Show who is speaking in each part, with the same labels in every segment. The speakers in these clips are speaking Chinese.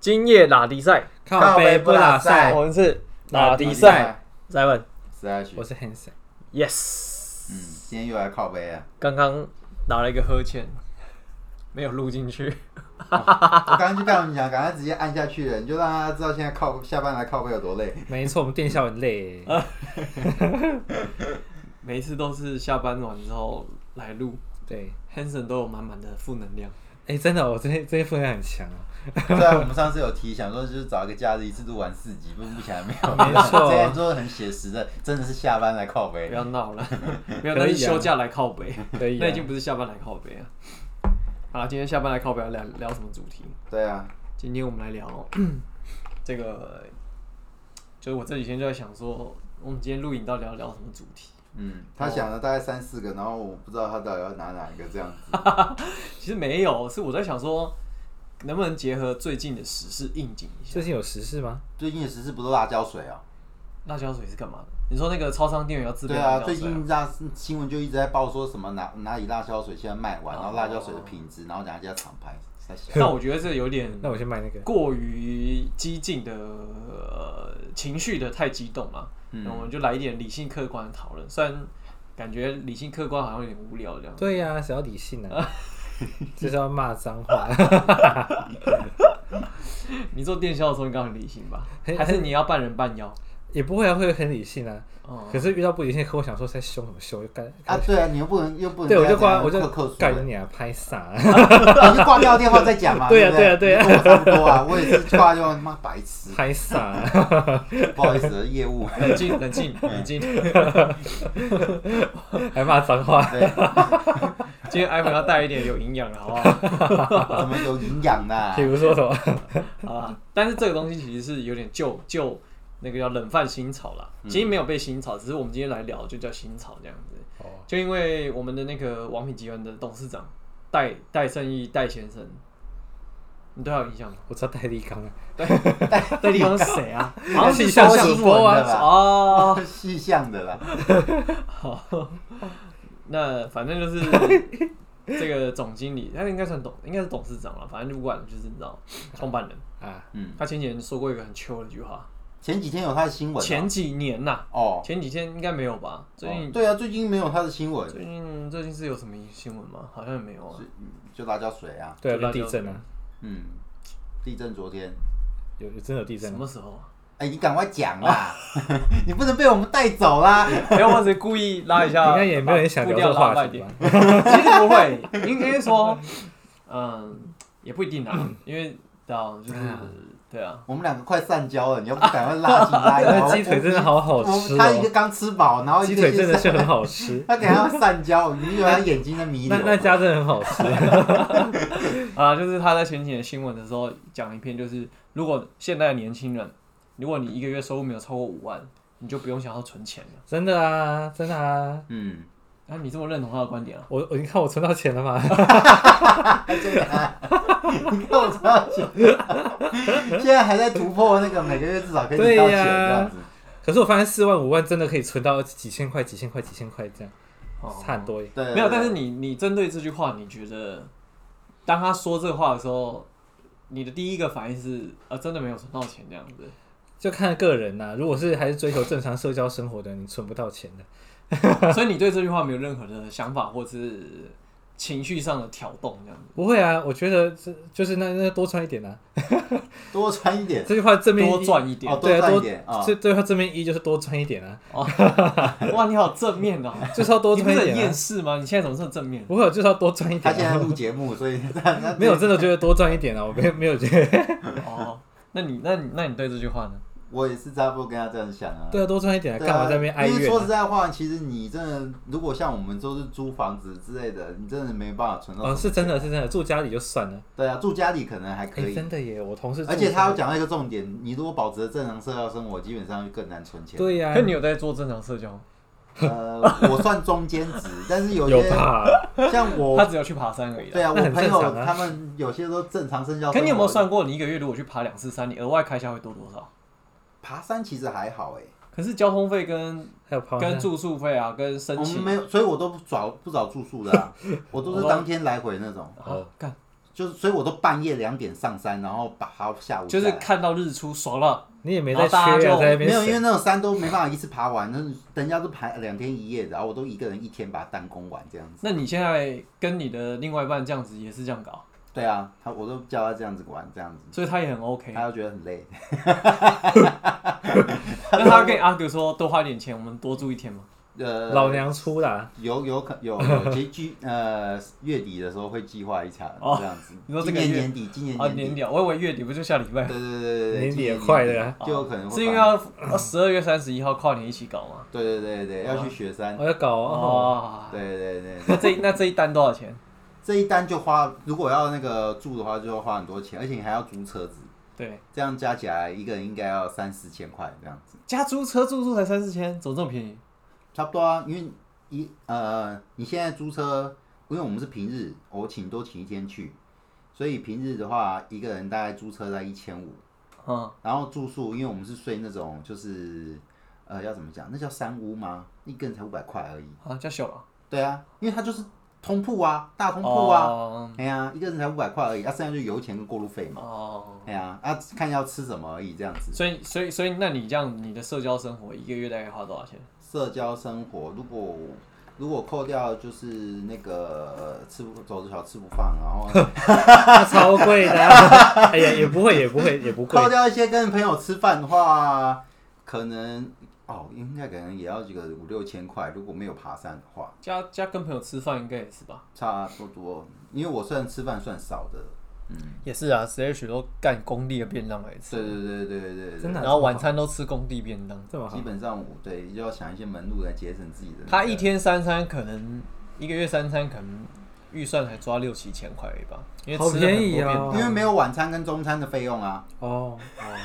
Speaker 1: 今夜拉迪赛，
Speaker 2: 靠背不拉赛
Speaker 1: 我，们是
Speaker 3: 啊
Speaker 2: 拉
Speaker 1: 迪
Speaker 2: 迪
Speaker 1: 赛
Speaker 2: 赛。
Speaker 1: 再问
Speaker 3: 十二区
Speaker 2: 我，是 Hanson。
Speaker 1: ，yes，
Speaker 3: 嗯，今天又来靠背啊！
Speaker 1: 刚刚拿了一个呵欠，没有录进去。
Speaker 3: 我刚刚就告诉你讲，赶快直接按下去了，你就让他知道现在靠下班来靠背有多累。
Speaker 2: 没错，我们电销很累。
Speaker 1: 呃每一次都是下班完之后来录
Speaker 2: 对，
Speaker 1: ，Hanson 都有满满的负能量。
Speaker 2: 哎，真的，我这天这天分量很强啊。
Speaker 3: 虽然我们上次有提想说，就是找一个假日一次录完四集，不过目前还没有。
Speaker 2: 没错
Speaker 3: 这样做很写实的，真的是下班来靠背
Speaker 1: 不。要闹 了，没有，
Speaker 2: 可以啊
Speaker 1: 那是休假来靠北，
Speaker 2: 可以啊
Speaker 1: 那已经不是下班来靠北啊。好了，今天下班来靠北要聊聊什么主题？
Speaker 3: 对啊，
Speaker 1: 今天我们来聊 这个，就是我这几天就在想说，我们今天录影到底要聊什么主题？
Speaker 3: 嗯，他想了大概三四个，然后我不知道他到底要拿哪一个这样子。
Speaker 1: 其实没有，是我在想说，能不能结合最近的时事应景一下
Speaker 2: 最？近有时事吗？
Speaker 3: 最近的时事不是辣椒水啊？
Speaker 1: 辣椒水是干嘛的？你说那个超商店员要自备
Speaker 3: 对
Speaker 1: 辣
Speaker 3: 啊，
Speaker 1: 椒
Speaker 3: 最
Speaker 1: 水、
Speaker 3: 近辣新闻就一直在报说什么哪哪里辣椒水现在卖完，然后辣椒水的品质，然后哪家厂牌在写。
Speaker 1: 但我觉得这有点
Speaker 2: 那我先卖那 个。
Speaker 1: 过于激进的、呃、情绪的太激动嘛，
Speaker 3: 嗯
Speaker 1: 那我们就来一点理性客观的讨论。虽然感觉理性客观好像有点无聊这样，
Speaker 2: 对呀，谁要理性啊？ 就是要骂脏话。
Speaker 1: 你做电销的时候应该很理性吧？
Speaker 2: 嘿
Speaker 1: 还是你要半人半妖？
Speaker 2: 也不会啊，会很理性啊。
Speaker 1: 哦、
Speaker 2: 可是遇到不理性的客户，想说在凶什么凶，就干。
Speaker 3: 啊，对啊，你又不能又不能
Speaker 2: 对，我就
Speaker 3: 这样
Speaker 2: 挂，我就
Speaker 3: 客客诉
Speaker 2: 干
Speaker 3: 欸
Speaker 2: 你啊，拍傻啊。
Speaker 3: 你就挂掉电话再讲 嘛。
Speaker 2: 对啊
Speaker 3: 不对
Speaker 2: 对啊
Speaker 3: 你跟我差不多啊，我也是挂掉，妈白痴，
Speaker 2: 拍傻啊。
Speaker 3: 不好意思，业务。
Speaker 1: 冷静，冷静，冷静。
Speaker 2: 还骂脏话，
Speaker 3: 对，
Speaker 1: 今天 iPhone 要带一点有营养的，好不好？
Speaker 3: 怎么有营养啊呢
Speaker 2: 比？如说什么？
Speaker 1: 好啦，啊但是这个东西其实是有点旧旧，那个叫冷饭新炒啦。其实没有被新炒，只是我们今天来聊就叫新炒这样子。
Speaker 2: 哦，
Speaker 1: 就因为我们的那个王品集团的董事长戴戴胜义戴先生，你对他有印象吗？
Speaker 2: 我知道戴立刚啊，
Speaker 1: 戴立刚 是谁啊？ 好像
Speaker 2: 是
Speaker 1: 是
Speaker 2: 像
Speaker 1: 说
Speaker 2: 是
Speaker 1: 新
Speaker 2: 主
Speaker 1: 闻
Speaker 2: 播啊
Speaker 1: 的吧哦，
Speaker 3: 细项的啦，
Speaker 1: 好，那反正就是这个总经理，他应该算董，应该是董事长了。反正不管了，就是你知道，创办人。
Speaker 2: 啊，
Speaker 3: 嗯，
Speaker 1: 他前几年说过一个很秋的一句话，
Speaker 3: 前几天有他的新闻啊，
Speaker 1: 前几年呐、
Speaker 3: 哦，
Speaker 1: 前几天应该没有吧？最近、
Speaker 3: 对啊，最近没有他的新闻，
Speaker 1: 最近最近是有什么新闻吗？好像也没有啊。
Speaker 3: 就辣椒水啊，
Speaker 2: 对啊，
Speaker 1: 就辣椒
Speaker 2: 跟地震啊，
Speaker 3: 嗯，地震昨天，
Speaker 2: 有有真的有地震
Speaker 1: 什
Speaker 2: 啊，
Speaker 1: 么时候 啊？
Speaker 3: 哎，你赶快讲啦，
Speaker 2: 哦
Speaker 3: 你不能被我们带走啦，
Speaker 1: 没有，我只是故意拉一下，
Speaker 2: 应该也没有人想
Speaker 1: 步
Speaker 2: 聊这
Speaker 1: 调
Speaker 2: 个
Speaker 1: 拉
Speaker 2: 话
Speaker 1: 慢一
Speaker 2: 题
Speaker 1: 点
Speaker 2: 吧。？
Speaker 1: 其实不会，应该说， 嗯，也不一定啊，因为对啊，就是对啊，
Speaker 3: 我们两个快散焦了，你要不赶快拉进来，然 后
Speaker 2: 那鸡腿真的好好吃
Speaker 3: 哎我他一个
Speaker 2: 哦，
Speaker 3: 刚吃饱，然后一
Speaker 2: 鸡
Speaker 3: 个
Speaker 2: 腿真的
Speaker 3: 现
Speaker 2: 是
Speaker 3: 在，
Speaker 2: 很好吃
Speaker 3: 他等下散焦，你哦以为他眼睛在迷
Speaker 2: 那那
Speaker 3: 流？
Speaker 2: 家真的很好吃，
Speaker 1: 啊，就是他在前几年新闻的时候讲一篇，就是如果现在的年轻人，如果你一个月收入没有超过五万，你就不用想要存钱了。
Speaker 2: 真的啊，真的啊，
Speaker 3: 嗯，
Speaker 1: 那、你这么认同他的观点啊？
Speaker 2: 我我你看我存到钱了吗？
Speaker 3: 你看我多少钱？现在还在突破那个每个月至少可以领到
Speaker 2: 对
Speaker 3: 钱
Speaker 2: 呀
Speaker 3: 这样子。
Speaker 2: 可是我发现四万五万真的可以存到几千块、几千块、几千块这样，
Speaker 1: 哦
Speaker 2: 差很多耶。
Speaker 3: 对对，
Speaker 1: 没有，
Speaker 3: 对
Speaker 1: 但是你你针对这句话，你觉得当他说这话的时候，你的第一个反应是啊，真的没有存到钱这样子。
Speaker 2: 就看个人呐、如果是还是追求正常社交生活的，你存不到钱的。
Speaker 1: 所以你对这句话没有任何的想法，或是情绪上的挑动，这样子。
Speaker 2: 不会啊，我觉得这就是那那多穿一点啊，
Speaker 3: 多穿一点，
Speaker 2: 这句话正面意
Speaker 1: 多赚一点
Speaker 3: 哦，
Speaker 2: 对
Speaker 3: 多
Speaker 2: 啊，
Speaker 3: 赚一
Speaker 2: 多
Speaker 3: 点啊。
Speaker 2: 这对他正面一就是多穿一点啊，
Speaker 1: 哇，你好正面哦！
Speaker 2: 就是要多
Speaker 1: 你不
Speaker 2: 穿
Speaker 1: 是
Speaker 2: 一
Speaker 1: 很
Speaker 2: 点、
Speaker 1: 厌
Speaker 2: 啊。
Speaker 1: 世吗？你现在怎么这么正面？
Speaker 2: 不会，啊我就是要多赚一
Speaker 3: 他
Speaker 2: 点、
Speaker 3: 现在录节目，所以
Speaker 2: 没有，真的觉得多赚一点啊，我没没有觉得。
Speaker 1: 哦，那你那你那你对这句话呢？
Speaker 3: 我也是差不多跟他这样想啊。
Speaker 2: 对啊，多赚一点啊，
Speaker 3: 对
Speaker 2: 干嘛在那边
Speaker 3: 啊？
Speaker 2: 哀
Speaker 3: 因为
Speaker 2: 怨、
Speaker 3: 说实
Speaker 2: 啊？
Speaker 3: 在话，其实你真的，如果像我们都是租房子之类的，你真的没办法存到什
Speaker 2: 哦，
Speaker 3: 么。
Speaker 2: 是真的，是真的，住家里就算了。
Speaker 3: 对啊，住家里可能还可
Speaker 2: 哎、
Speaker 3: 以，
Speaker 2: 真的耶，我同事住
Speaker 3: 而且他
Speaker 2: 家
Speaker 3: 有
Speaker 2: 里
Speaker 3: 讲到一个重点，你如果保持着正常社交生活，基本上就更难存钱。
Speaker 2: 对呀、
Speaker 1: 可你有在做正常社交吗？
Speaker 3: 呃，我算中间 值，但是有
Speaker 2: 有
Speaker 3: 些
Speaker 2: 吧？
Speaker 3: 像
Speaker 1: 他
Speaker 3: 我，
Speaker 1: 只有去爬山而已啦。
Speaker 3: 对啊，
Speaker 2: 那
Speaker 3: 我
Speaker 2: 很
Speaker 3: 朋
Speaker 2: 正
Speaker 3: 友
Speaker 2: 常啊
Speaker 3: 他们有些都正常生肖。
Speaker 1: 可你有没有算过，你一个月如果去爬两次山，你额外开销会多多少？
Speaker 3: 爬山？其实还好哎、
Speaker 1: 可是交通费跟
Speaker 2: 还有旁
Speaker 1: 跟
Speaker 2: 边
Speaker 1: 住宿费啊，跟申
Speaker 3: 我们
Speaker 1: 请
Speaker 3: 没有，所以我都不找不找住宿的、啊，我都是当天来回那种。
Speaker 1: 啊，干
Speaker 3: 就是所以我都半夜两点上山，然后把它下午
Speaker 1: 就
Speaker 3: 下
Speaker 1: 是
Speaker 3: 来
Speaker 1: 看到日出爽了，
Speaker 2: 你也没
Speaker 1: 然
Speaker 2: 在
Speaker 1: 后
Speaker 2: 缺
Speaker 1: 大家
Speaker 2: 啊，
Speaker 1: 就
Speaker 2: 在那边
Speaker 3: 没有，因为
Speaker 2: 省
Speaker 3: 那种山都没办法一次爬完，那人家都爬两天一夜的，然后我都一个人一天把它单攻完这样子。
Speaker 1: 那你现在跟你的另外一半这样子也是这样搞，
Speaker 3: 对啊，他我都叫他这样子玩这样子，
Speaker 1: 所以他也很 OK。
Speaker 3: 他就觉得很累。
Speaker 1: 那他跟你 argue 说多花一点钱，我们多住一天嘛？
Speaker 3: 呃，
Speaker 2: 老娘出啊啦，
Speaker 3: 有有可 有有，其实计呃月底的时候会计划一场
Speaker 1: 哦
Speaker 3: 这样子。
Speaker 1: 你说这
Speaker 3: 今
Speaker 1: 个
Speaker 3: 年
Speaker 1: 月
Speaker 3: 年底，今年
Speaker 1: 啊，
Speaker 3: 年
Speaker 1: 年
Speaker 3: 底，
Speaker 1: 底啊，我以为月底不就下礼拜
Speaker 3: 对？对对对对，
Speaker 2: 年
Speaker 3: 今
Speaker 2: 底也
Speaker 3: 年
Speaker 2: 快
Speaker 3: 底
Speaker 2: 了啊
Speaker 3: 就有可能会
Speaker 1: 是因为
Speaker 3: 把
Speaker 1: 要十二月三十一号跨年一起搞嘛？
Speaker 3: 对对对对，要去雪山。
Speaker 2: 我要搞 哦，
Speaker 1: 哦，
Speaker 3: 对对对对，
Speaker 1: 那这那这一单多少钱？
Speaker 3: 这一单就花，如果要那个住的话，就要花很多钱，而且你还要租车子，
Speaker 1: 对，
Speaker 3: 这样加起来一个人应该要三四千块这样子，
Speaker 1: 加租车住宿才三四千，怎么这么便宜？
Speaker 3: 差不多啊。因为一呃，你现在租车，因为我们是平日，我请多请一天去，所以平日的话，一个人大概租车在一千五，
Speaker 1: 嗯，
Speaker 3: 然后住宿，因为我们是睡那种就是呃要怎么讲，那叫山屋吗？一个人才五百块而已。
Speaker 1: 啊，叫小了，
Speaker 3: 对啊，因为它就是通铺啊，大通铺啊。
Speaker 1: 哦
Speaker 3: 哎呀，一个人才五百块而已，啊，剩下就油钱跟过路费嘛。
Speaker 1: 哦，
Speaker 3: 哎呀，啊，看要吃什么而已，这样子。
Speaker 1: 所以所以所以，那你这样你的社交生活一个月大概花多少钱？
Speaker 3: 社交生活，如果如果扣掉就是那个呃吃不走着瞧吃不放，然后
Speaker 2: 那超贵的啊，哎呀，也不会，也不会，也不贵
Speaker 3: 扣，掉一些跟朋友吃饭的话，可能哦，应该可能也要这个五六千块，如果没有爬山的话，
Speaker 1: 加加跟朋友吃饭应该也是吧？
Speaker 3: 差不多。因为我虽然吃饭算少的，
Speaker 1: 也是啊，十 H 都干工地的便当来吃，
Speaker 3: 对对对对对对对，
Speaker 2: 真的啊
Speaker 1: 然后晚餐都吃工地便当。
Speaker 2: 这么好
Speaker 3: 基，本上我对就要想一些门路来节省自己的那个。
Speaker 1: 他一天三餐可能一个月三餐可能预算才抓六七千块而已吧，因为
Speaker 2: 好
Speaker 1: 吃了很多
Speaker 2: 便宜
Speaker 1: 便
Speaker 2: 哦
Speaker 1: 当
Speaker 3: 因为没有晚餐跟中餐的费用啊。
Speaker 2: 哦，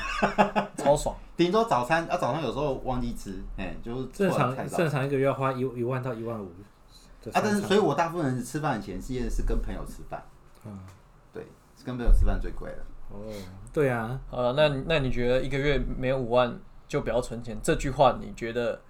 Speaker 1: 超爽。
Speaker 3: 顶多早餐啊，早上有时候忘记吃，哎、就是
Speaker 2: 正
Speaker 3: 突然太
Speaker 2: 常
Speaker 3: 早
Speaker 2: 正常一个月要花一一万到一万五的
Speaker 3: 啊。但是，
Speaker 2: 三餐
Speaker 3: 所以我大部分人吃饭的钱是是跟朋友吃饭，
Speaker 2: 嗯
Speaker 3: 对，是跟朋友吃饭最贵了。
Speaker 2: 哦，对啊，
Speaker 1: 好了，那你那你觉得一个月没有五万就不要存钱？这句话你觉得？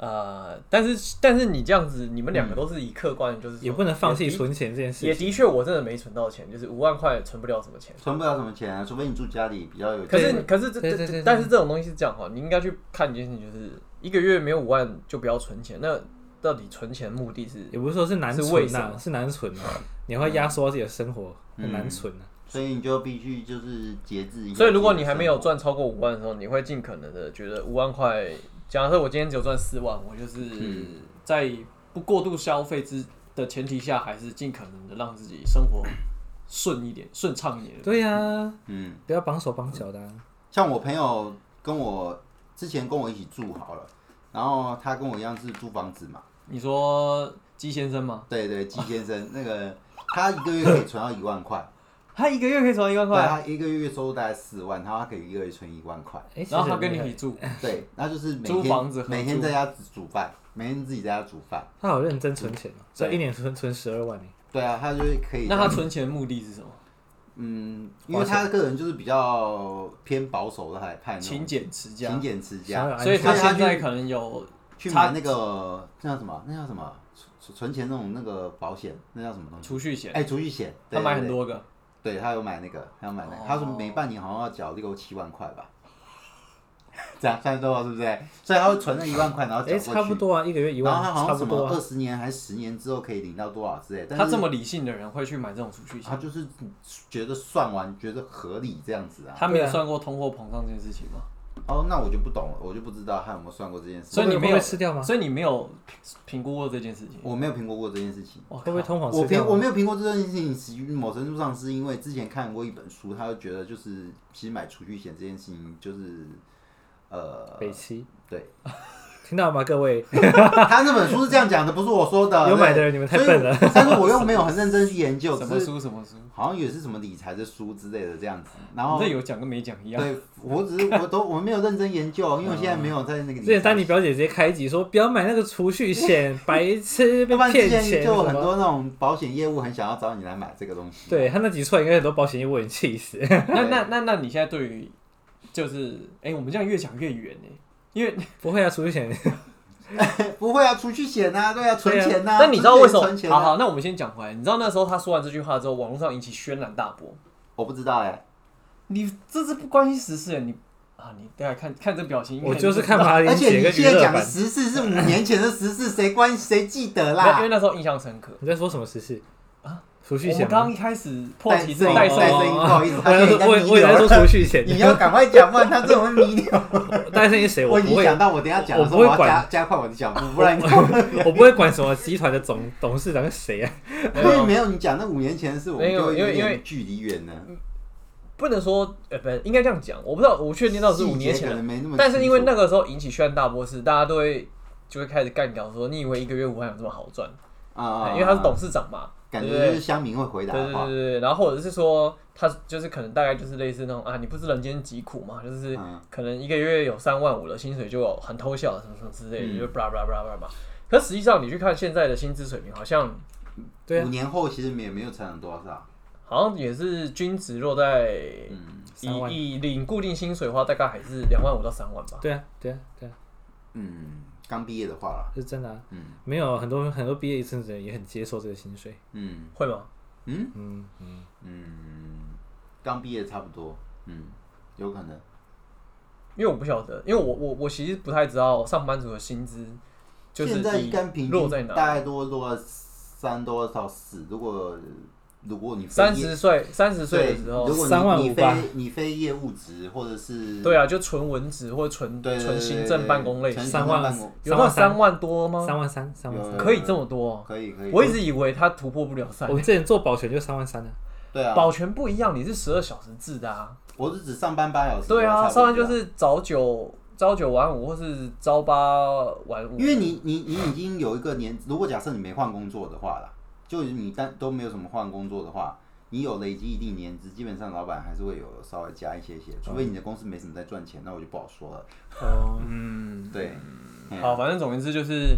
Speaker 1: 呃，但是但是你这样子，你们两个都是以客观，就是说
Speaker 2: 嗯也不能放弃
Speaker 1: 也的
Speaker 2: 存钱这件
Speaker 1: 也
Speaker 2: 事情，
Speaker 1: 的确，我真的没存到钱，就是五万块存不了什么钱。
Speaker 3: 存不了什么钱啊，除非你住家里比较有钱。
Speaker 1: 可是你可是这
Speaker 2: 对
Speaker 1: 这
Speaker 2: 对
Speaker 1: 这，
Speaker 2: 对
Speaker 1: 但是这种东西是这样哈，你应该去看一件事情，就是一个月没有五万就不要存钱。那到底存钱目的是
Speaker 2: 也不是说是难
Speaker 1: 是为
Speaker 2: 存
Speaker 1: 什
Speaker 2: 呐，是难存啊，你会压缩自己的生活，很
Speaker 3: 嗯
Speaker 2: 难存啊。
Speaker 3: 所以你就必须就是节制一下。
Speaker 1: 所以，如果你还没有，赚超过五万的时候，你会尽可能的觉得五万块。假设我今天只有赚四万，我就是
Speaker 3: 嗯
Speaker 1: 在不过度消费之的前提下，还是尽可能的让自己生活顺一点、顺畅一点。
Speaker 2: 对呀，
Speaker 3: 嗯，
Speaker 2: 不要绑手绑脚的啊。
Speaker 3: 像我朋友跟我之前跟我一起住好了，然后他跟我一样是租房子嘛，
Speaker 1: 你说鸡先生吗？
Speaker 3: 对对，季先生 那个他一个月可以存到一万块，
Speaker 1: 他一个月可以存到一万
Speaker 3: 对，
Speaker 1: 块，
Speaker 3: 他一个月收入大概四万，然后他可以一个月存一万块。
Speaker 2: 哎，
Speaker 1: 然后他
Speaker 2: 其实
Speaker 1: 跟你
Speaker 2: 也
Speaker 1: 一
Speaker 2: 没
Speaker 1: 起
Speaker 2: 有，
Speaker 1: 住，
Speaker 3: 对，那就是每
Speaker 1: 租
Speaker 3: 天
Speaker 1: 房子合
Speaker 3: 每天
Speaker 1: 租
Speaker 3: 在家煮饭，每天自己在家煮饭。
Speaker 2: 他好认真存钱哦，所以一年存存十二万呢。
Speaker 3: 对啊，他就是可以。
Speaker 1: 那他存钱的目的是什么？
Speaker 3: 嗯，因为他个人就是比较偏保守的派派那种，
Speaker 1: 勤俭持家
Speaker 3: 勤，俭持
Speaker 2: 想
Speaker 3: 家，
Speaker 2: 要安
Speaker 1: 所以他
Speaker 3: 所以他
Speaker 1: 现
Speaker 3: 就
Speaker 1: 在可能有
Speaker 3: 去
Speaker 1: 他
Speaker 3: 买那个那叫什么？那叫什么？存存钱那种那个保险，那叫什么东西？
Speaker 1: 储蓄险，
Speaker 3: 哎，储蓄险，对
Speaker 1: 他买
Speaker 3: 对
Speaker 1: 很
Speaker 3: 对
Speaker 1: 多个，
Speaker 3: 对他有买那个，他有买那
Speaker 1: 哦
Speaker 3: 个，他说每半年好像要缴六七万块吧。这样算多少是不是？所以他会存了一万块，然后
Speaker 2: 哎，
Speaker 3: 缴
Speaker 2: 差
Speaker 3: 过
Speaker 2: 不
Speaker 3: 去，
Speaker 2: 多啊，一个月一
Speaker 3: 然
Speaker 2: 万
Speaker 3: 后他，好
Speaker 2: 差
Speaker 3: 像什
Speaker 2: 不
Speaker 3: 么
Speaker 2: 多啊
Speaker 3: 二。十年还是十年之后可以领到多少之类。但
Speaker 1: 他
Speaker 3: 是
Speaker 1: 这么理性的人会去买这种储蓄
Speaker 3: 他
Speaker 1: 险，
Speaker 3: 就是觉得算完觉得合理这样子啊。
Speaker 1: 他没有
Speaker 2: 对啊
Speaker 1: 算过通货膨胀这件事情吗？
Speaker 3: 哦，那我就不懂了，我就不知道他有没有算过这件事。
Speaker 1: 所以你
Speaker 2: 会不会
Speaker 1: 没有
Speaker 2: 会吃掉吗
Speaker 1: 所以你没有评估过这件事情。
Speaker 3: 我没有评估过这件事情。
Speaker 1: 哇
Speaker 2: 会不会通膨
Speaker 3: 我
Speaker 2: 吃
Speaker 3: 评
Speaker 2: 掉
Speaker 3: 我
Speaker 2: 吗？
Speaker 3: 没有评估这件事情，其实某程度上是因为之前看过一本书，他就觉得就是其实买储蓄险这件事情就是，呃，
Speaker 2: 北七，
Speaker 3: 对，
Speaker 2: 听到吗，各位？
Speaker 3: 他那本书是这样讲的，不是我说的。
Speaker 2: 有买的
Speaker 3: 对
Speaker 2: 人你们太笨了。
Speaker 3: 所以但是我又没有很认真去研 究，
Speaker 1: 什
Speaker 3: 只
Speaker 1: 么
Speaker 3: 是
Speaker 1: 书什么书？你
Speaker 3: 好像也是什么理财的书之类的这样子。然后
Speaker 1: 这有讲跟没讲一样。
Speaker 3: 对我只是我都我没有认真研究，因为我现在没有在那个理
Speaker 2: 之前
Speaker 3: 财
Speaker 2: 丹尼表姐直接开一集说不要买那个储蓄险，白痴被
Speaker 3: 要不然之
Speaker 2: 骗钱
Speaker 3: 前就有
Speaker 2: 什
Speaker 3: 很
Speaker 2: 么。
Speaker 3: 多那种保险业务很想要找你来买这个东西。
Speaker 2: 对他那集出来，应该很多保险业务很气死。
Speaker 1: 那那那那你现在对于就是哎、我们这样越讲越远呢、因为
Speaker 2: 不会啊，储蓄险
Speaker 3: 不会啊，储蓄险啊，对啊，存钱啊。
Speaker 1: 那你知道为什么
Speaker 3: 存？钱
Speaker 1: 好
Speaker 3: 啊？
Speaker 1: 好，那我们先讲回来。你知道那时候他说完这句话之后，网络上引起轩然大波。
Speaker 3: 我不知道哎，
Speaker 1: 你这是不关心时事，你啊，你大家看看这表情应该，
Speaker 2: 我就是看马
Speaker 3: 而
Speaker 2: 林
Speaker 3: 且
Speaker 2: 姐
Speaker 3: 你
Speaker 2: 跟娱
Speaker 3: 现在
Speaker 2: 乐
Speaker 3: 讲
Speaker 2: 版
Speaker 3: 的。时事是五年前的时事，谁关谁记得
Speaker 1: 没有因为
Speaker 3: 啦？
Speaker 1: 那时候印象深刻。
Speaker 2: 你在说什么时事
Speaker 1: 啊？
Speaker 2: 储蓄
Speaker 1: 我们
Speaker 2: 险
Speaker 1: 刚
Speaker 2: 吗？哦
Speaker 1: 刚一开始破题是
Speaker 3: 带
Speaker 1: 戴
Speaker 3: 带带声
Speaker 1: 胜
Speaker 3: 音，不好意思，
Speaker 2: 我
Speaker 3: 他现在应该
Speaker 2: 我我
Speaker 3: 迷
Speaker 2: 也在
Speaker 3: 流
Speaker 2: 说
Speaker 3: 了。
Speaker 2: 储蓄 险，
Speaker 3: 你要赶快讲，不然他这种会迷 流。
Speaker 2: 戴胜英
Speaker 1: 哎
Speaker 2: 谁？
Speaker 3: 我
Speaker 2: 我
Speaker 3: 已
Speaker 2: 不
Speaker 3: 经
Speaker 2: 会，
Speaker 3: 想到我等一下讲的时候，
Speaker 2: 我
Speaker 3: 我
Speaker 2: 不会
Speaker 3: 要
Speaker 2: 管
Speaker 3: 加加快我的脚 步，不然你
Speaker 2: 我不会管什么集团的总 董事长是谁啊？
Speaker 1: 没
Speaker 3: 因为
Speaker 1: 有
Speaker 3: 没有你讲那五年前的事，我们
Speaker 1: 没有
Speaker 3: 就会
Speaker 1: 因
Speaker 3: 有
Speaker 1: 为因为
Speaker 3: 点距离远了。
Speaker 1: 不能说呃，不应该这样讲。我不知道，我确定到是五年
Speaker 3: 细节
Speaker 1: 前
Speaker 3: 可
Speaker 1: 了
Speaker 3: 能，没那么清楚，
Speaker 1: 但是因为那个时候引起轩然大波是大家都会就会开始干掉说，你以为一个月武汉有这么好赚？哎
Speaker 3: 啊，
Speaker 1: 因为他是董事长嘛，
Speaker 3: 感
Speaker 1: 对不
Speaker 3: 觉
Speaker 1: 对
Speaker 3: 就是乡民会回答
Speaker 1: 对
Speaker 3: 的
Speaker 1: 对
Speaker 3: 话
Speaker 1: 对，对，然后或者是说他就是可能大概就是类似那种啊，你不知人间疾苦嘛，就是
Speaker 3: 嗯
Speaker 1: 可能一个月有三万五的薪水就有很偷笑什么什么之类
Speaker 3: 嗯
Speaker 1: 的，就 blah blah blah blah blah。可实际上你去看现在的薪资水平，好像
Speaker 2: 对啊
Speaker 3: 五年后其实没有没有成长多少，啊
Speaker 1: 好像也是均值落在
Speaker 3: 嗯
Speaker 2: 三万
Speaker 1: 以以领固定薪水的话，大概还是两万五到三万吧。
Speaker 2: 对啊，对啊，对啊，
Speaker 3: 嗯，刚毕业的话啦，
Speaker 2: 是真的啊。
Speaker 3: 嗯
Speaker 2: 没有很多很多毕业一阵子的人也很接受这个薪水。
Speaker 3: 嗯
Speaker 1: 会吗？
Speaker 3: 嗯
Speaker 2: 嗯嗯，
Speaker 3: 嗯，刚毕业差不多，嗯，有可能，
Speaker 1: 因为我不晓得，因为我我我其实不太知道上班族的薪资就是
Speaker 3: 现在
Speaker 1: 以
Speaker 3: 一根平
Speaker 1: 落
Speaker 3: 均
Speaker 1: 在哪
Speaker 3: 大概多落在三多到四，如果如果你非
Speaker 1: 三
Speaker 3: 业
Speaker 1: 十岁三十岁
Speaker 3: 对
Speaker 1: 的时候
Speaker 3: 如，果
Speaker 2: 三万
Speaker 3: 你你
Speaker 2: 五吧
Speaker 3: 非你非业务职或者是
Speaker 1: 对啊，就纯文职或者纯
Speaker 3: 对对对
Speaker 1: 纯
Speaker 3: 对
Speaker 1: 行政办公类
Speaker 3: 纯
Speaker 1: 型，
Speaker 3: 行
Speaker 2: 三
Speaker 3: 政
Speaker 2: 万
Speaker 3: 办公
Speaker 1: 有到
Speaker 2: 三
Speaker 1: 三万多吗？
Speaker 2: 三万三，三万
Speaker 3: 有
Speaker 2: 三。
Speaker 1: 可以这么多？哦
Speaker 3: 可以可以，
Speaker 1: 我一直以为他突破不了三
Speaker 2: 我。们之前做保全就三万三啊。
Speaker 3: 对啊，
Speaker 1: 保全不一样，你是十二小时制的啊。
Speaker 3: 我是指上班八小时，
Speaker 1: 对啊，
Speaker 3: 差不
Speaker 1: 上
Speaker 3: 多
Speaker 1: 班就是早九朝九晚五，或是朝八晚五。
Speaker 3: 因为你你你已经有一个年，如果假设你没换工作的话啦，就是你单都没有什么换工作的话，你有累积一定年资，基本上老板还是会有稍微加一些些，除非你的公司没什么在赚钱，那我就不好说了。
Speaker 2: 哦，
Speaker 1: 嗯，
Speaker 3: 对，嗯
Speaker 1: 好，反正总而言之就是，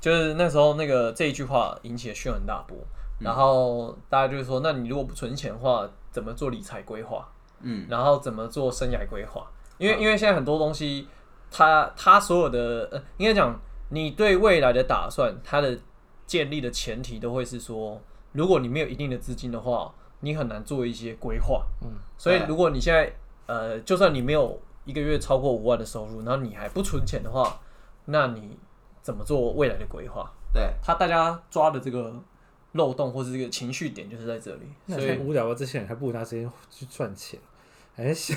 Speaker 1: 就是那时候那个这一句话引起了轩然大波，然后大家就说，那你如果不存钱的话，怎么做理财规划？
Speaker 3: 嗯，
Speaker 1: 然后怎么做生涯规划？因为因为现在很多东西，它它所有的呃，应该讲你对未来的打算，它的建立的前提都会是说，如果你没有一定的资金的话，你很难做一些规划。
Speaker 2: 嗯，
Speaker 1: 所以
Speaker 3: 对
Speaker 1: 如果你现在呃，就算你没有一个月超过五万的收入，然后你还不存钱的话，那你怎么做未来的规划？
Speaker 3: 对，
Speaker 1: 他大家抓的这个漏洞或是这个情绪点就是在这里，
Speaker 2: 那
Speaker 1: 所
Speaker 2: 也
Speaker 1: 以
Speaker 2: 太无聊了，这些人还不如拿时间去赚钱。 哎，是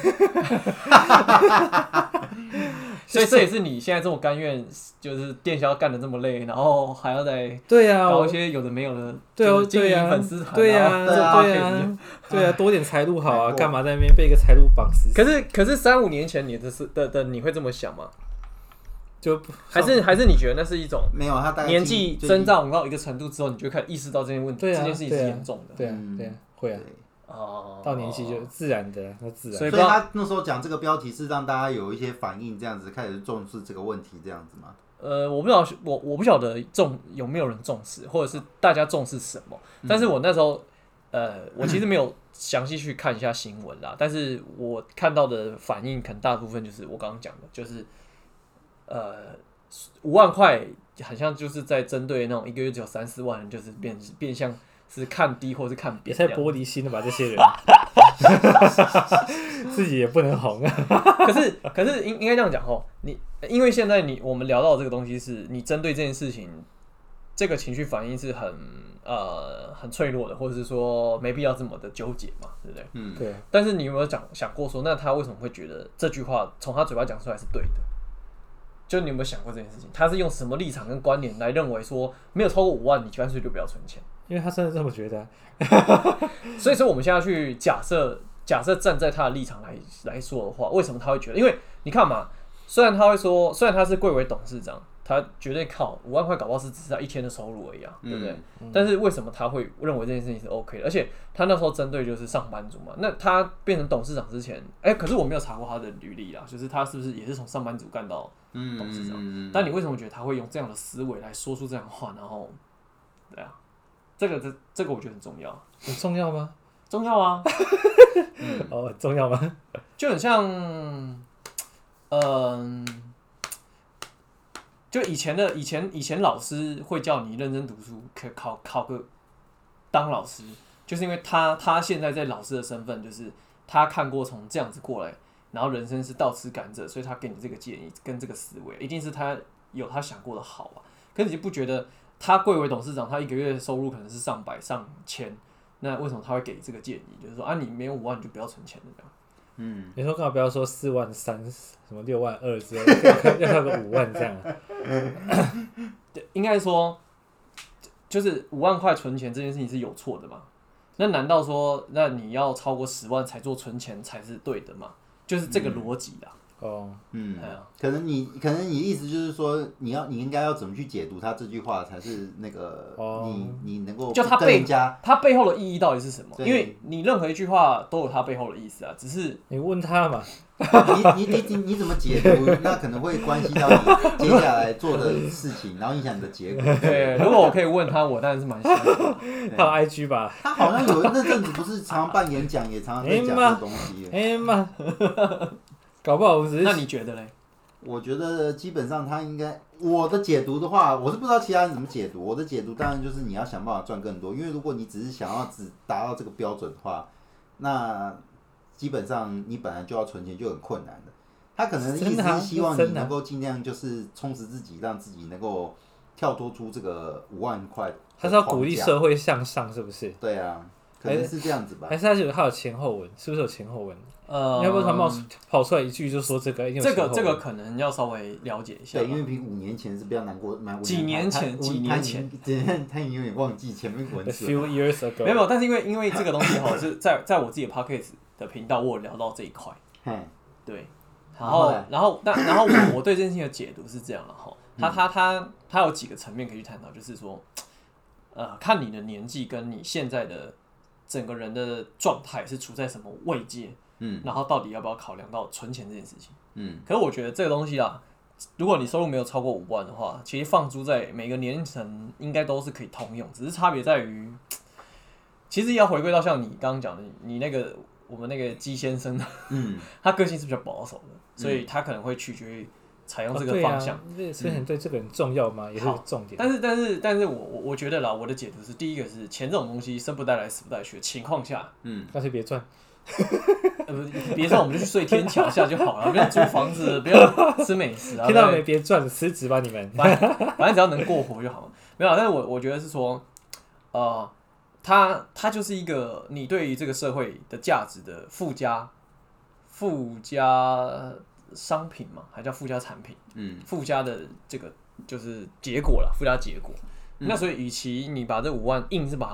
Speaker 1: 所以这也是你现在这么甘愿，就是电销干的这么累，然后还要再
Speaker 2: 对啊，
Speaker 1: 搞
Speaker 2: 我
Speaker 1: 一些有的没有的，
Speaker 2: 对
Speaker 1: 就
Speaker 2: 哦，
Speaker 1: 是经
Speaker 2: 对
Speaker 1: 营
Speaker 2: 呀，
Speaker 1: 粉丝团，
Speaker 2: 对呀、
Speaker 1: 然后
Speaker 3: 对啊
Speaker 1: 做
Speaker 2: 对呀、
Speaker 1: podcast
Speaker 2: 对呀、多点财路好啊，
Speaker 3: 哎
Speaker 2: 干嘛在那边被一个财路绑死死？
Speaker 1: 可是可是三五年前你的是的的你会这么想吗？
Speaker 2: 就不
Speaker 1: 还是还是你觉得那是一种
Speaker 3: 没有他大概
Speaker 1: 年
Speaker 3: 进
Speaker 1: 纪增，长到一个程度之后，你就开始意识到这些问题，
Speaker 2: 对啊
Speaker 1: 这件事情是严重的
Speaker 2: 对啊
Speaker 3: 嗯
Speaker 2: 对啊会
Speaker 3: 进
Speaker 2: 啊
Speaker 3: 对，
Speaker 1: 哦。
Speaker 2: 到年纪就自然的啊，那自
Speaker 1: 所
Speaker 2: 然
Speaker 1: 以
Speaker 3: 所以他那时候讲这个标题是让大家有一些反应，这样子开始重视这个问题，这样子嘛。
Speaker 1: 呃，我不知道，我我不晓得重有没有人重视，或者是大家重视什么。但是我那时候，呃，我其实没有详细去看一下新闻啦，但 是我看到的反应，可能大部分就是我刚刚讲的，就是呃，五万块好像就是在针对那种一个月只有三四万，就是变变相是看低或是看
Speaker 2: 也
Speaker 1: 扁这
Speaker 2: 太
Speaker 1: 样。
Speaker 2: 玻璃心了吧，这些人， 自己也不能红啊。
Speaker 1: 可是可是应应该这样讲哦，你因为现在你我们聊到这个东西是，你针对这件事情，这个情绪反应是很呃很脆弱的，或者是说没必要这么的纠结嘛，对不对？
Speaker 3: 嗯，
Speaker 2: 对啊，
Speaker 1: 但是你有没有想想过说，那他为什么会觉得这句话从他嘴巴讲出来是对的？就你有没有想过这件事情？他是用什么立场跟观点来认为说没有超过五万，你干脆就不要存钱？
Speaker 2: 因为他真的这么觉得啊、
Speaker 1: 所以说，我们现在去假设，假设站在他的立场来来说的话，为什么他会觉得？因为你看嘛，虽然他会说，虽然他是贵为董事长，他绝对靠五万块，搞不好是只是他一天的收入而已啊，对不对？但是为什么他会认为这件事情是 OK 的？而且他那时候针对就是上班族嘛，那他变成董事长之前，哎、可是我没有查过他的履历啊，就是他是不是也是从上班族干到？
Speaker 3: 嗯，
Speaker 1: 董事长
Speaker 3: 嗯
Speaker 1: 但你为什么觉得他会用这样的思维来说出这样的话？然后，对啊，这个这这个我觉得很重要，
Speaker 2: 很重要吗？
Speaker 1: 重要啊。嗯
Speaker 2: 哦，很重要吗？
Speaker 1: 就很像，嗯、呃就以前的以前以前老师会叫你认真读书，可考考个当老师，就是因为他他现在在老师的身份，就是他看过从这样子过来，然后人生是倒吃甘蔗，所以他给你这个建议跟这个思维，一定是他有他想过的好啊。可是你不觉得他贵为董事长，他一个月收入可能是上百上千，那为什么他会给这个建议？就是说啊，你没有五万你就不要存钱了这样。
Speaker 3: 嗯，
Speaker 2: 你说干嘛不要说四万三、什么六万二之类的，要要个五万这样啊？
Speaker 1: 对，应该说，就就是五万块存钱这件事情是有错的嘛？那难道说，那你要超过十万才做存钱才是对的吗？就是这个逻辑啦。
Speaker 2: 哦，
Speaker 3: 嗯
Speaker 1: 哎呀，
Speaker 3: 可能你可能你意思就是说，你要你应该要怎么去解读他这句话，才是那个、
Speaker 2: 哦
Speaker 3: 你你能够
Speaker 1: 就他
Speaker 3: 跟
Speaker 1: 背
Speaker 3: 人家
Speaker 1: 它背后的意义到底是什么？
Speaker 3: 对
Speaker 1: 因为你任何一句话都有它背后的意思啊，只是
Speaker 2: 你问他嘛，
Speaker 3: 你你你你你怎么解读，那可能会关系到你接下来做的事情，然后影响你的结果。
Speaker 1: 对。如果我可以问他，我当然是蛮想 的。
Speaker 2: 他有 IG 吧？
Speaker 3: 他好像有那阵子不是常办演讲，也常常在讲这东西。
Speaker 2: 哎妈，搞不好我只
Speaker 1: 那
Speaker 2: 是
Speaker 1: 你觉得嘞？
Speaker 3: 我觉得基本上他应该，我的解读的话，我是不知道其他人怎么解读。我的解读当然就是你要想办法赚更多，因为如果你只是想要只达到这个标准的话，那基本上你本来就要存钱就很困难的。他可能意
Speaker 2: 真
Speaker 3: 思
Speaker 2: 的啊
Speaker 3: 是希望
Speaker 2: 真
Speaker 3: 你
Speaker 2: 的啊
Speaker 3: 能够尽量就是充实自己，让自己能够跳脱出这个五万块的框架。
Speaker 2: 他是要鼓励社会向上，是不是？
Speaker 3: 对啊，可能是这样子吧。
Speaker 2: 还是他有他有前后文？是不是有前后文？
Speaker 1: 呃，
Speaker 2: 要不然他冒出跑出来一句就说这个，一定有
Speaker 1: 这
Speaker 2: 前
Speaker 1: 个
Speaker 2: 后
Speaker 1: 这
Speaker 2: 文
Speaker 1: 个可能要稍微了解一下吧。
Speaker 3: 对，因为比五年前是比较难过，蛮
Speaker 1: 哎几年前几年前，
Speaker 3: 他他已经有 点忘记前面文
Speaker 2: ，a
Speaker 3: 字了
Speaker 2: few years ago，
Speaker 1: 没有，但是因为因为这个东西哈，是在在我自己的 p o c k e t 的频道，我有聊到这一块。
Speaker 3: 嘿，
Speaker 1: 对，然
Speaker 3: 然后
Speaker 1: 后
Speaker 3: 嘞
Speaker 1: 然后但然后我我对这件事情的解读是这样了哈，
Speaker 3: 嗯
Speaker 1: 他他他他有几个层面可以去探讨，就是说，呃，看你的年纪跟你现在的整个人的状态是处在什么位阶，
Speaker 3: 嗯
Speaker 1: 然后到底要不要考量到存钱这件事情。
Speaker 3: 嗯
Speaker 1: 可是我觉得这个东西啊，如果你收入没有超过五万的话，其实放租在每个年龄层应该都是可以通用，只是差别在于，其实要回归到像你刚刚讲的，你那个我们那个鸡先生的，
Speaker 3: 嗯，
Speaker 1: 他个性是比较保守的，所以他可能会取决于采用
Speaker 2: 哦
Speaker 1: 这
Speaker 2: 对
Speaker 1: 个
Speaker 2: 啊
Speaker 1: 方向。嗯
Speaker 2: 这所以很对这个很重要嘛，也是个重点。
Speaker 1: 但是，但是，但是我我我觉得啦，我的解读是，第一个是钱这种东西生不带来死不带去的情况下，
Speaker 3: 嗯
Speaker 2: 干脆别赚，
Speaker 1: 呃，不，别说我们就去睡天桥下就好了，不要租房子，不要吃美 食啊，
Speaker 2: 听到
Speaker 1: 对
Speaker 2: 没？别赚，辞职吧你们。
Speaker 1: 反正反正只要能过活就好了。没有啊，但是我我觉得是说，呃，它它就是一个你对于这个社会的价值的附加附加商品嘛，还叫附加产品，
Speaker 3: 嗯，
Speaker 1: 附加的这个就是结果了，附加结果。那所以，与其你把这五万硬是把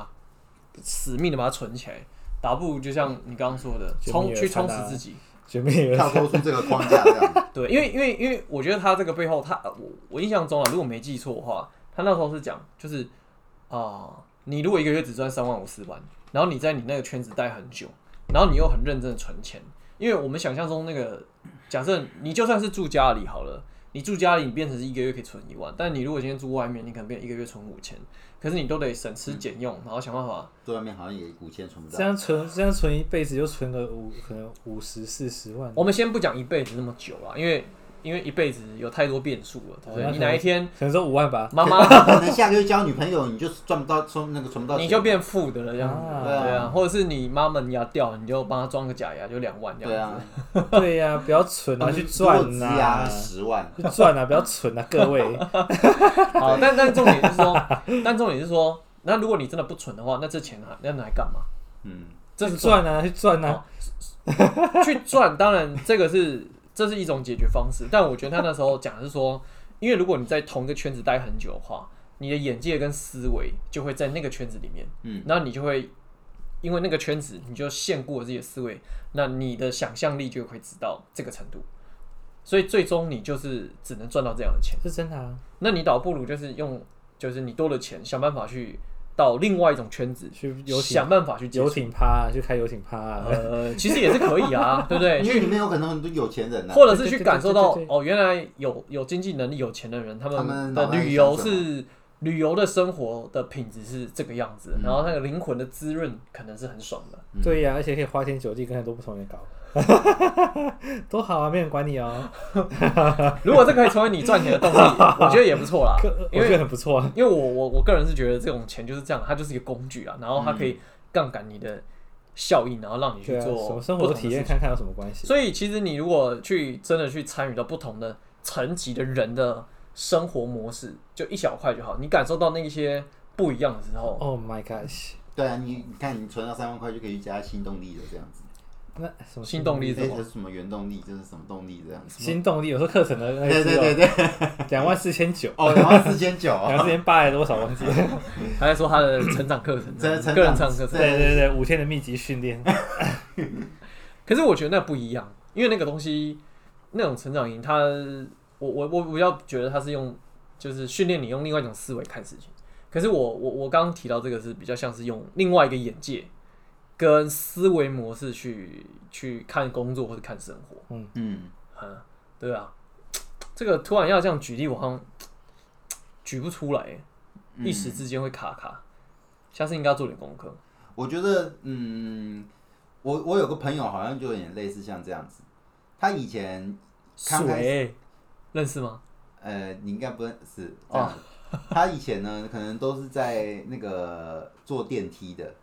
Speaker 1: 它死命的把它存起来，倒不如就像你刚刚说的，
Speaker 2: 就
Speaker 1: 充
Speaker 2: 你
Speaker 1: 去
Speaker 2: 有看
Speaker 1: 充实
Speaker 2: 到
Speaker 1: 自己。
Speaker 2: 绝命人
Speaker 3: 嗯跳
Speaker 2: 生，
Speaker 3: 脱出这个框架这样，
Speaker 1: 对，因为因为因为我觉得他这个背后，他呃我我印象中啊，如果没记错的话，他那时候是讲就是啊、你如果一个月只赚三万五四万，然后你在你那个圈子待很久，然后你又很认真的存钱，因为我们想象中那个，假设你就算是住家里好了，你住家里你变成是一个月可以存一万，但你如果今天住外面，你可能变一个月存五千，可是你都得省吃俭用，然后想办法。
Speaker 3: 坐外面好像也五千存不
Speaker 2: 这
Speaker 3: 到。
Speaker 2: 样存这样存一辈子就存个五可能五十四十万，
Speaker 1: 我们先不讲一辈子那么久啊，因为因为一辈子有太多变数了，对不
Speaker 2: 哦
Speaker 1: 对？你啊
Speaker 2: 那可能
Speaker 1: 哪一天
Speaker 2: 可能说五万吧。
Speaker 1: 妈妈
Speaker 3: 可能下个月交女朋友，你就赚不到，存那个存不到钱，
Speaker 1: 你就变负的了这样子，
Speaker 2: 啊
Speaker 1: 对啊，或者是你妈门牙掉，你就帮她装个假牙，就两万这
Speaker 3: 对
Speaker 1: 样子。
Speaker 3: 啊，
Speaker 2: 对呀、不 要存
Speaker 1: 哦
Speaker 2: 啊，去赚
Speaker 3: 呐、
Speaker 2: 呐、
Speaker 1: 啊
Speaker 3: 十万，
Speaker 2: 去赚啊，不要存啊，各 位。
Speaker 1: 好，但 但重点是说，但重点是说，那如果你真的不存的话，那这钱拿那拿来干嘛？
Speaker 3: 嗯，
Speaker 1: 这
Speaker 2: 去
Speaker 1: 是
Speaker 2: 赚啊，去赚
Speaker 1: 哦
Speaker 2: 啊，
Speaker 1: 去赚，当然这个是这是一种解决方式，但我觉得他那时候讲的是说，因为如果你在同一个圈子待很久的话，你的眼界跟思维就会在那个圈子里面，
Speaker 3: 嗯，
Speaker 1: 然后你就会因为那个圈子，你就限固了自己的思维，那你的想象力就会知道这个程度，所以最终你就是只能赚到这样的钱，
Speaker 2: 是真的啊，
Speaker 1: 那你倒不如就是用就是你多的钱想办法去到另外一种圈子，
Speaker 2: 去游艇
Speaker 1: 想办法去接
Speaker 2: 游
Speaker 1: 触。
Speaker 2: 艇趴、啊，去开游艇趴、啊。
Speaker 1: 呃，其实也是可以啊，对不 对？
Speaker 3: 因为里面有可能很多有钱人啊呐、
Speaker 1: 或者是去感受到
Speaker 2: 对对对对
Speaker 1: 哦，原来有有经济能力、有钱的人，他
Speaker 3: 他们
Speaker 1: 们
Speaker 3: 脑
Speaker 1: 的
Speaker 3: 袋
Speaker 1: 旅游
Speaker 3: 想什么
Speaker 1: 是旅游的生活的品质是这个样
Speaker 2: 嗯
Speaker 1: 子，然后那个灵魂的滋润可能是很爽的。
Speaker 2: 对呀、而且可以花天酒地，跟很多不同人搞。 多好啊，没人管你哦，
Speaker 1: 如果这可以成为你赚钱的动力，我觉得也不错啦
Speaker 2: 可。
Speaker 1: 因
Speaker 2: 我觉
Speaker 1: 为
Speaker 2: 得很不错啊。
Speaker 1: 因为我我我个人是觉得这种钱就是这样，它就是一个工具啊，然后它可以杠杆你的效应，然后让你
Speaker 2: 嗯
Speaker 1: 去
Speaker 2: 对啊，
Speaker 1: 做
Speaker 2: 什么生
Speaker 1: 不同
Speaker 2: 活
Speaker 1: 的
Speaker 2: 体
Speaker 1: 事
Speaker 2: 验
Speaker 1: 情
Speaker 2: 看看有什么关系？
Speaker 1: 所以其实你如果去真的去参与到不同的层级的人的生活模式，就一小块就好，你感受到那一些不一样的时候，
Speaker 2: Oh my gosh，
Speaker 3: 对啊，你你看，你存到三万块就可以去加新动力了，这样子。哎
Speaker 2: 那什么
Speaker 1: 新动力是
Speaker 3: 这
Speaker 1: 什么？
Speaker 3: 这是什么原动力？这是什么动力？这样子。
Speaker 2: 新动力，有时候课程的那个
Speaker 3: 对对对对。
Speaker 2: 两万四千九，
Speaker 3: 哦，然后四千九。
Speaker 2: 两万四千八还是多少忘记 了？
Speaker 1: 他在说他的成长课程，啊
Speaker 3: 成成
Speaker 1: 个人成
Speaker 3: 长
Speaker 1: 长课程。
Speaker 2: 对对对，五天的密集训练，
Speaker 1: 可是我觉得那不一样，因为那个东西，那种成长营，它我我我我比较觉得它是用就是训练你用另外一种思维看事情。可是我我我刚刚提到这个是比较像是用另外一个眼界跟思维模式去去看工作或者看生活。
Speaker 3: 嗯，
Speaker 1: 啊，对啊，这个突然要这样举例，我好像举不出来，
Speaker 3: 嗯
Speaker 1: 一时之间会卡卡。下次应该要做点功课。
Speaker 3: 我觉得，嗯，我我有个朋友好像就有点类似像这样子，他以前刚开始
Speaker 1: 水认识吗？
Speaker 3: 呃，你应该不认识这
Speaker 2: 哦
Speaker 3: 样子。他以前呢，可能都是在那个坐电梯的，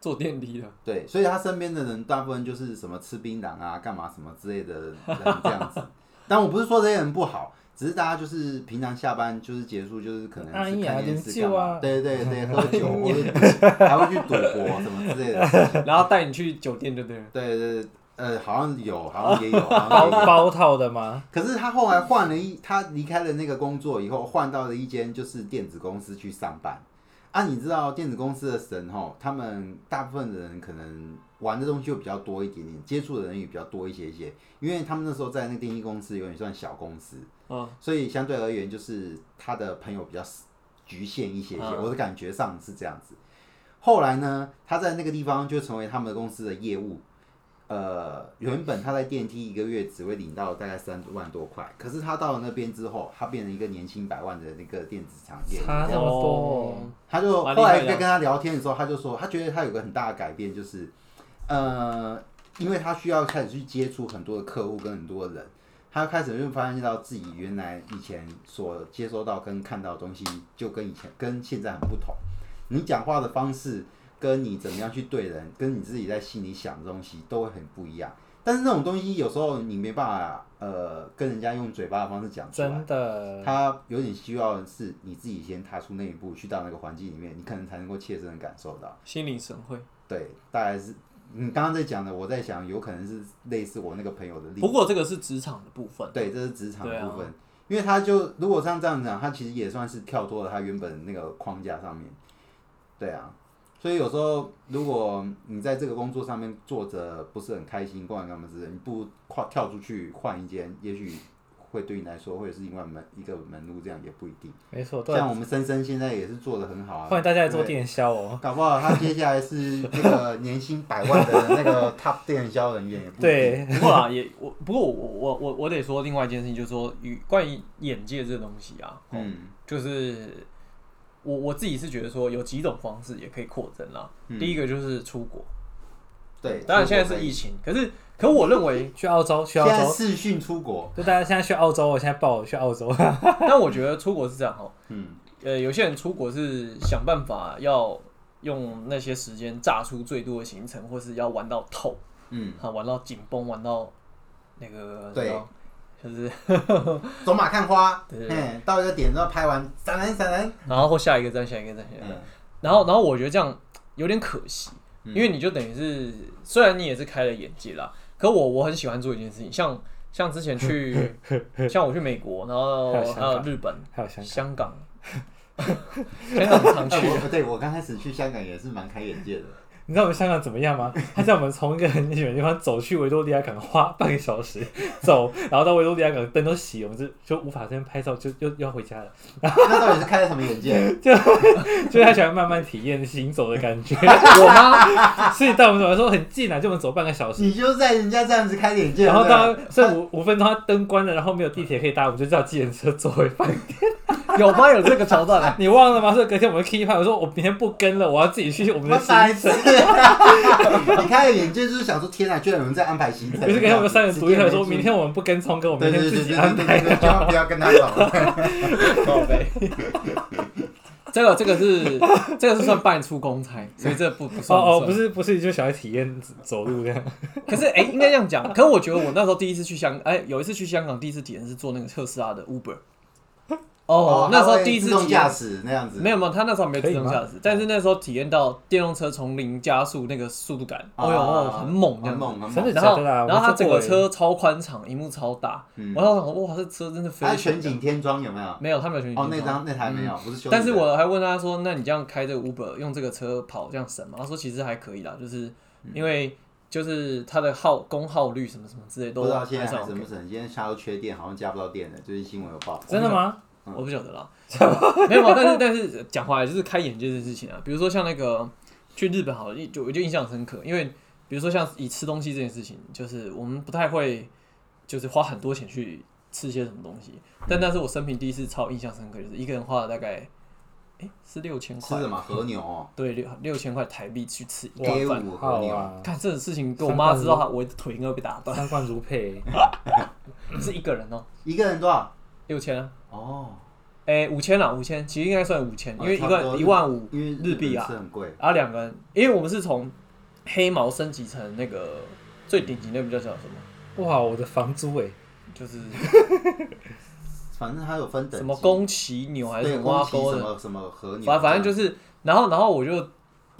Speaker 1: 坐电梯的，
Speaker 3: 对，所以他身边的人大部分就是什么吃槟榔啊、干嘛什么之类的人这 样子。但我不是说这些人不好，只是大家就是平常下班就是结束，就是可能
Speaker 2: 安
Speaker 3: 是
Speaker 2: 逸啊
Speaker 3: 看电
Speaker 2: 研
Speaker 3: 视
Speaker 2: 究
Speaker 3: 干嘛，
Speaker 2: 啊
Speaker 3: 对对 对，喝酒或者还会去赌博什么之类的事情。
Speaker 1: 然后带你去酒店，对不对了？
Speaker 3: 对对对，呃，好像有，好像也有，好像
Speaker 2: 包
Speaker 3: 也有。
Speaker 2: 包套的 吗？
Speaker 3: 可是他后来换了一，他离开了那个工作以后，换到了一间就是电子公司去上班。啊，你知道电子公司的神吼，他们大部分的人可能玩的东西会比较多一点点，接触的人也比较多一些些，因为他们那时候在那个电力公司有点算小公司，
Speaker 1: 嗯，
Speaker 3: 所以相对而言就是他的朋友比较局限一些些，
Speaker 1: 嗯
Speaker 3: 我的感觉上是这样子。后来呢，他在那个地方就成为他们公司的业务。呃，原本他在电梯一个月只会领到大概三万多块，可是他到了那边之后，他变成一个年薪百万的那个电子厂业务这
Speaker 2: 差
Speaker 3: 样
Speaker 2: 那
Speaker 3: 子。
Speaker 2: 么多
Speaker 1: 哦
Speaker 3: 他就
Speaker 1: 蛮
Speaker 3: 后
Speaker 1: 厉害的
Speaker 3: 来在跟他聊天的时候，他就说，他觉得他有个很大的改变，就是，呃，因为他需要开始去接触很多的客户跟很多的人，他开始就发现到自己原来以前所接收到跟看到的东西，就跟以前跟现在很不同。你讲话的方式，跟你怎么样去对人，跟你自己在心里想的东西都会很不一样。但是那种东西有时候你没办法，呃，跟人家用嘴巴的方式讲出来。
Speaker 2: 真
Speaker 1: 嗯
Speaker 2: 的，
Speaker 3: 他有点需要的是你自己先踏出那一步，去到那个环境里面，你可能才能够切身的感受到。
Speaker 1: 心领神会。
Speaker 3: 对，大概是你刚刚在讲的，我在想，有可能是类似我那个朋友的例
Speaker 1: 不
Speaker 3: 子。
Speaker 1: 过这个是职场的部分，
Speaker 3: 对，这是职场
Speaker 1: 对
Speaker 3: 的
Speaker 1: 啊
Speaker 3: 部分，因为他就如果像这样讲，他其实也算是跳脱了他原本那个框架上面。对啊，所以有时候如果你在这个工作上面做着不是很开心，不管干嘛之类的，你不如跨跳出去换一间，也许会对你来说，会是另外门一个门路，这样也不一定。
Speaker 2: 没错，对，
Speaker 3: 像我们森森现在也是做的很好啊，
Speaker 2: 欢迎大家来做
Speaker 3: 对
Speaker 2: 电销哦。
Speaker 3: 不对。搞不好他接下来是这个年薪百万的那个 top 电销人员，也不一定，
Speaker 2: 对，
Speaker 1: 不过啊，也我不过我我我我得说另外一件事情，就是说与关于眼界这东西啊，哦
Speaker 3: 嗯
Speaker 1: 就是我我自己是觉得说有几种方式也可以扩增啦。
Speaker 3: 嗯
Speaker 1: 第一个就是出国，
Speaker 3: 对。
Speaker 1: 当然现在是疫情，可是可我认 为，
Speaker 2: 去澳洲，去澳
Speaker 3: 出国可以，现在
Speaker 2: 洲，
Speaker 3: 视讯出国，
Speaker 2: 就大家现在去澳洲，我现在报我去澳洲。
Speaker 1: 但我觉得出国是这样哦，
Speaker 3: 嗯
Speaker 1: 呃，有些人出国是想办法要用那些时间榨出最多的行程，或是要玩到透，
Speaker 3: 嗯，
Speaker 1: 啊，玩到紧绷，玩到那个
Speaker 3: 对，
Speaker 1: 你知道就是，
Speaker 3: 走马看花，
Speaker 1: 对对对
Speaker 3: 嗯，到一个点之后拍完，闪人闪人，
Speaker 1: 然后或下一个站，下一个站，下一个站，
Speaker 3: 嗯
Speaker 1: 然后然后我觉得这样有点可惜，
Speaker 3: 嗯
Speaker 1: 因为你就等于是虽然你也是开了眼界啦，可我我很喜欢做一件事情，像像之前去 像我去美国，然后
Speaker 2: 还有香
Speaker 1: 还有
Speaker 2: 港
Speaker 1: 日本、
Speaker 2: 还有香港，
Speaker 1: 香港， 香港常去
Speaker 2: 啊
Speaker 3: 哎， 我对我刚开始去香港也是蛮开眼界的，
Speaker 2: 你知道我们香港怎么 样吗？他叫我们从一个很远的地方走去维多利亚港，花半个小时走，然后到维多利亚港灯都熄了，我们就就无法在那边拍照，就又又要回家了。
Speaker 3: 那到底是开了什么 眼界？
Speaker 2: 就是他喜欢慢慢体验行走的感觉，
Speaker 1: 我吗？
Speaker 2: 所以对我们来说很近啊，就我们走半个小时。
Speaker 3: 你就在人家这样子开眼界，
Speaker 2: 然后
Speaker 3: 嗯对吧啊
Speaker 2: 到剩五五分钟，他灯关了，然后没有地铁可以搭，我们就叫计程车走回饭店。
Speaker 1: 有吗？有这个桥段啊？
Speaker 2: 你忘了吗？所以隔天我们 key 派，我说我明天不跟了，我要自己去我们的行
Speaker 3: 白痴
Speaker 2: 程。！
Speaker 3: 你开了眼 界就是想说，天啊哪，居然有人在安排行程。
Speaker 2: 于是隔天我们三人独立
Speaker 3: 直接
Speaker 2: 派
Speaker 3: 没
Speaker 2: 说，
Speaker 3: 注意
Speaker 2: 明天我们不跟聪哥，我们
Speaker 3: 对
Speaker 2: 明天
Speaker 3: 对对对
Speaker 2: 自己
Speaker 3: 对
Speaker 2: 安
Speaker 3: 对对
Speaker 2: 排。
Speaker 3: 对，千万不要跟他搞。
Speaker 1: 宝贝，这个这个是这个是算半出公差，所以这不不
Speaker 2: 哦
Speaker 1: 算
Speaker 2: 哦，不
Speaker 1: 算。
Speaker 2: 是不是，就想要体验走路这样。
Speaker 1: 可是哎、应该这样讲。可是我觉得我那时候第一次去香，哎、有一次去香港，第一次体验是坐那个特斯拉的 Uber。哦，那时候第一次
Speaker 3: 自动
Speaker 1: 体验
Speaker 3: 驾驶那样子，
Speaker 1: 没有没有，他那时候没有
Speaker 2: 可以
Speaker 1: 自动
Speaker 2: 吗
Speaker 1: 驾驶，但是那时候体验到电动车从零加速那个速度感，
Speaker 3: 啊，
Speaker 1: 哦哟哦，很猛这
Speaker 3: 很
Speaker 1: 样子。
Speaker 3: 猛，
Speaker 2: 真的。
Speaker 3: 很猛
Speaker 1: 然后
Speaker 2: 假的啦
Speaker 1: 然后它
Speaker 2: 我坐
Speaker 1: 整
Speaker 2: 过
Speaker 1: 个车超宽敞，荧幕超大，
Speaker 3: 嗯
Speaker 1: 我当时想说哇，这车真的非
Speaker 3: 还
Speaker 1: 常
Speaker 3: 有全景天窗有没有？
Speaker 1: 没有，他没有全景
Speaker 3: 哦，
Speaker 1: 天
Speaker 3: 那
Speaker 1: 窗
Speaker 3: 张那台没有，不是修理的。
Speaker 1: 但是我还问他说：“那你这样开这个 Uber 用这个车跑这样省吗？”他说：“其实还可以啦，就是
Speaker 3: 嗯
Speaker 1: 因为就是它的耗功耗率什么什么之类都
Speaker 3: 不知道现在
Speaker 1: 还
Speaker 3: 还
Speaker 1: 算
Speaker 3: 省
Speaker 1: OK。
Speaker 3: 不省，今天下都缺电，好像加不到电了，最近新闻有报。
Speaker 2: 真的吗？
Speaker 3: 嗯
Speaker 1: 我不晓得啦， 没有，但是但是讲回来就是开眼界这件事情啊，比如说像那个去日本好了，一就我就印象很深刻，因为比如说像以吃东西这件事情，就是我们不太会就是花很多钱去吃些什么东西，但但是我生平第一次超印象深刻，就是一个人花了大概哎是六千
Speaker 3: 吃
Speaker 1: 块。”
Speaker 3: 什么和牛哦
Speaker 1: 对，六六千块台币去吃一
Speaker 3: ？A
Speaker 1: 顿饭。
Speaker 3: 五和
Speaker 2: 好
Speaker 3: 牛，
Speaker 2: 啊，
Speaker 1: 看这种事情，给我妈知道，她我的腿应该会被打断。
Speaker 2: 三冠如配，
Speaker 1: 是一个人哦，
Speaker 3: 一个人多少？
Speaker 1: 六千啊，
Speaker 3: 哦，
Speaker 1: 哎，五千啦，五千，其实应该算五千，
Speaker 3: 哦
Speaker 1: 因为一
Speaker 3: 差不多
Speaker 1: 万一万五
Speaker 3: 因为
Speaker 1: 日币
Speaker 3: 本
Speaker 1: 啊，
Speaker 3: 是很贵。
Speaker 1: 然后两个人，因为我们是从黑毛升级成那个最顶级那个叫叫什么，
Speaker 2: 哇，我的房租哎，
Speaker 1: 就是
Speaker 3: 反正它有分等级
Speaker 1: 什么宫崎牛还是什
Speaker 3: 对
Speaker 1: 么挖
Speaker 3: 宫崎
Speaker 1: 沟
Speaker 3: 什
Speaker 1: 的，
Speaker 3: 么什么和牛，
Speaker 1: 反反正就是，然后然后我就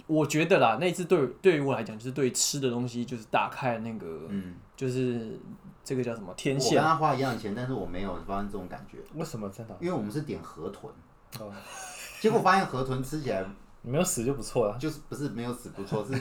Speaker 1: 我觉得啦，那一次对对于我来讲，就是对吃的东西就是打开了那个
Speaker 3: 嗯，
Speaker 1: 就是这个叫什么天
Speaker 3: 我
Speaker 1: 线
Speaker 3: 跟。他花一样的钱，但是我没有发生这种感觉，
Speaker 2: 为什么真的？
Speaker 3: 因为我们是点河豚，
Speaker 2: 哦，
Speaker 3: 结果发现河豚吃起来
Speaker 2: 你没有死就不错了。
Speaker 3: 就是不是没有死不错，是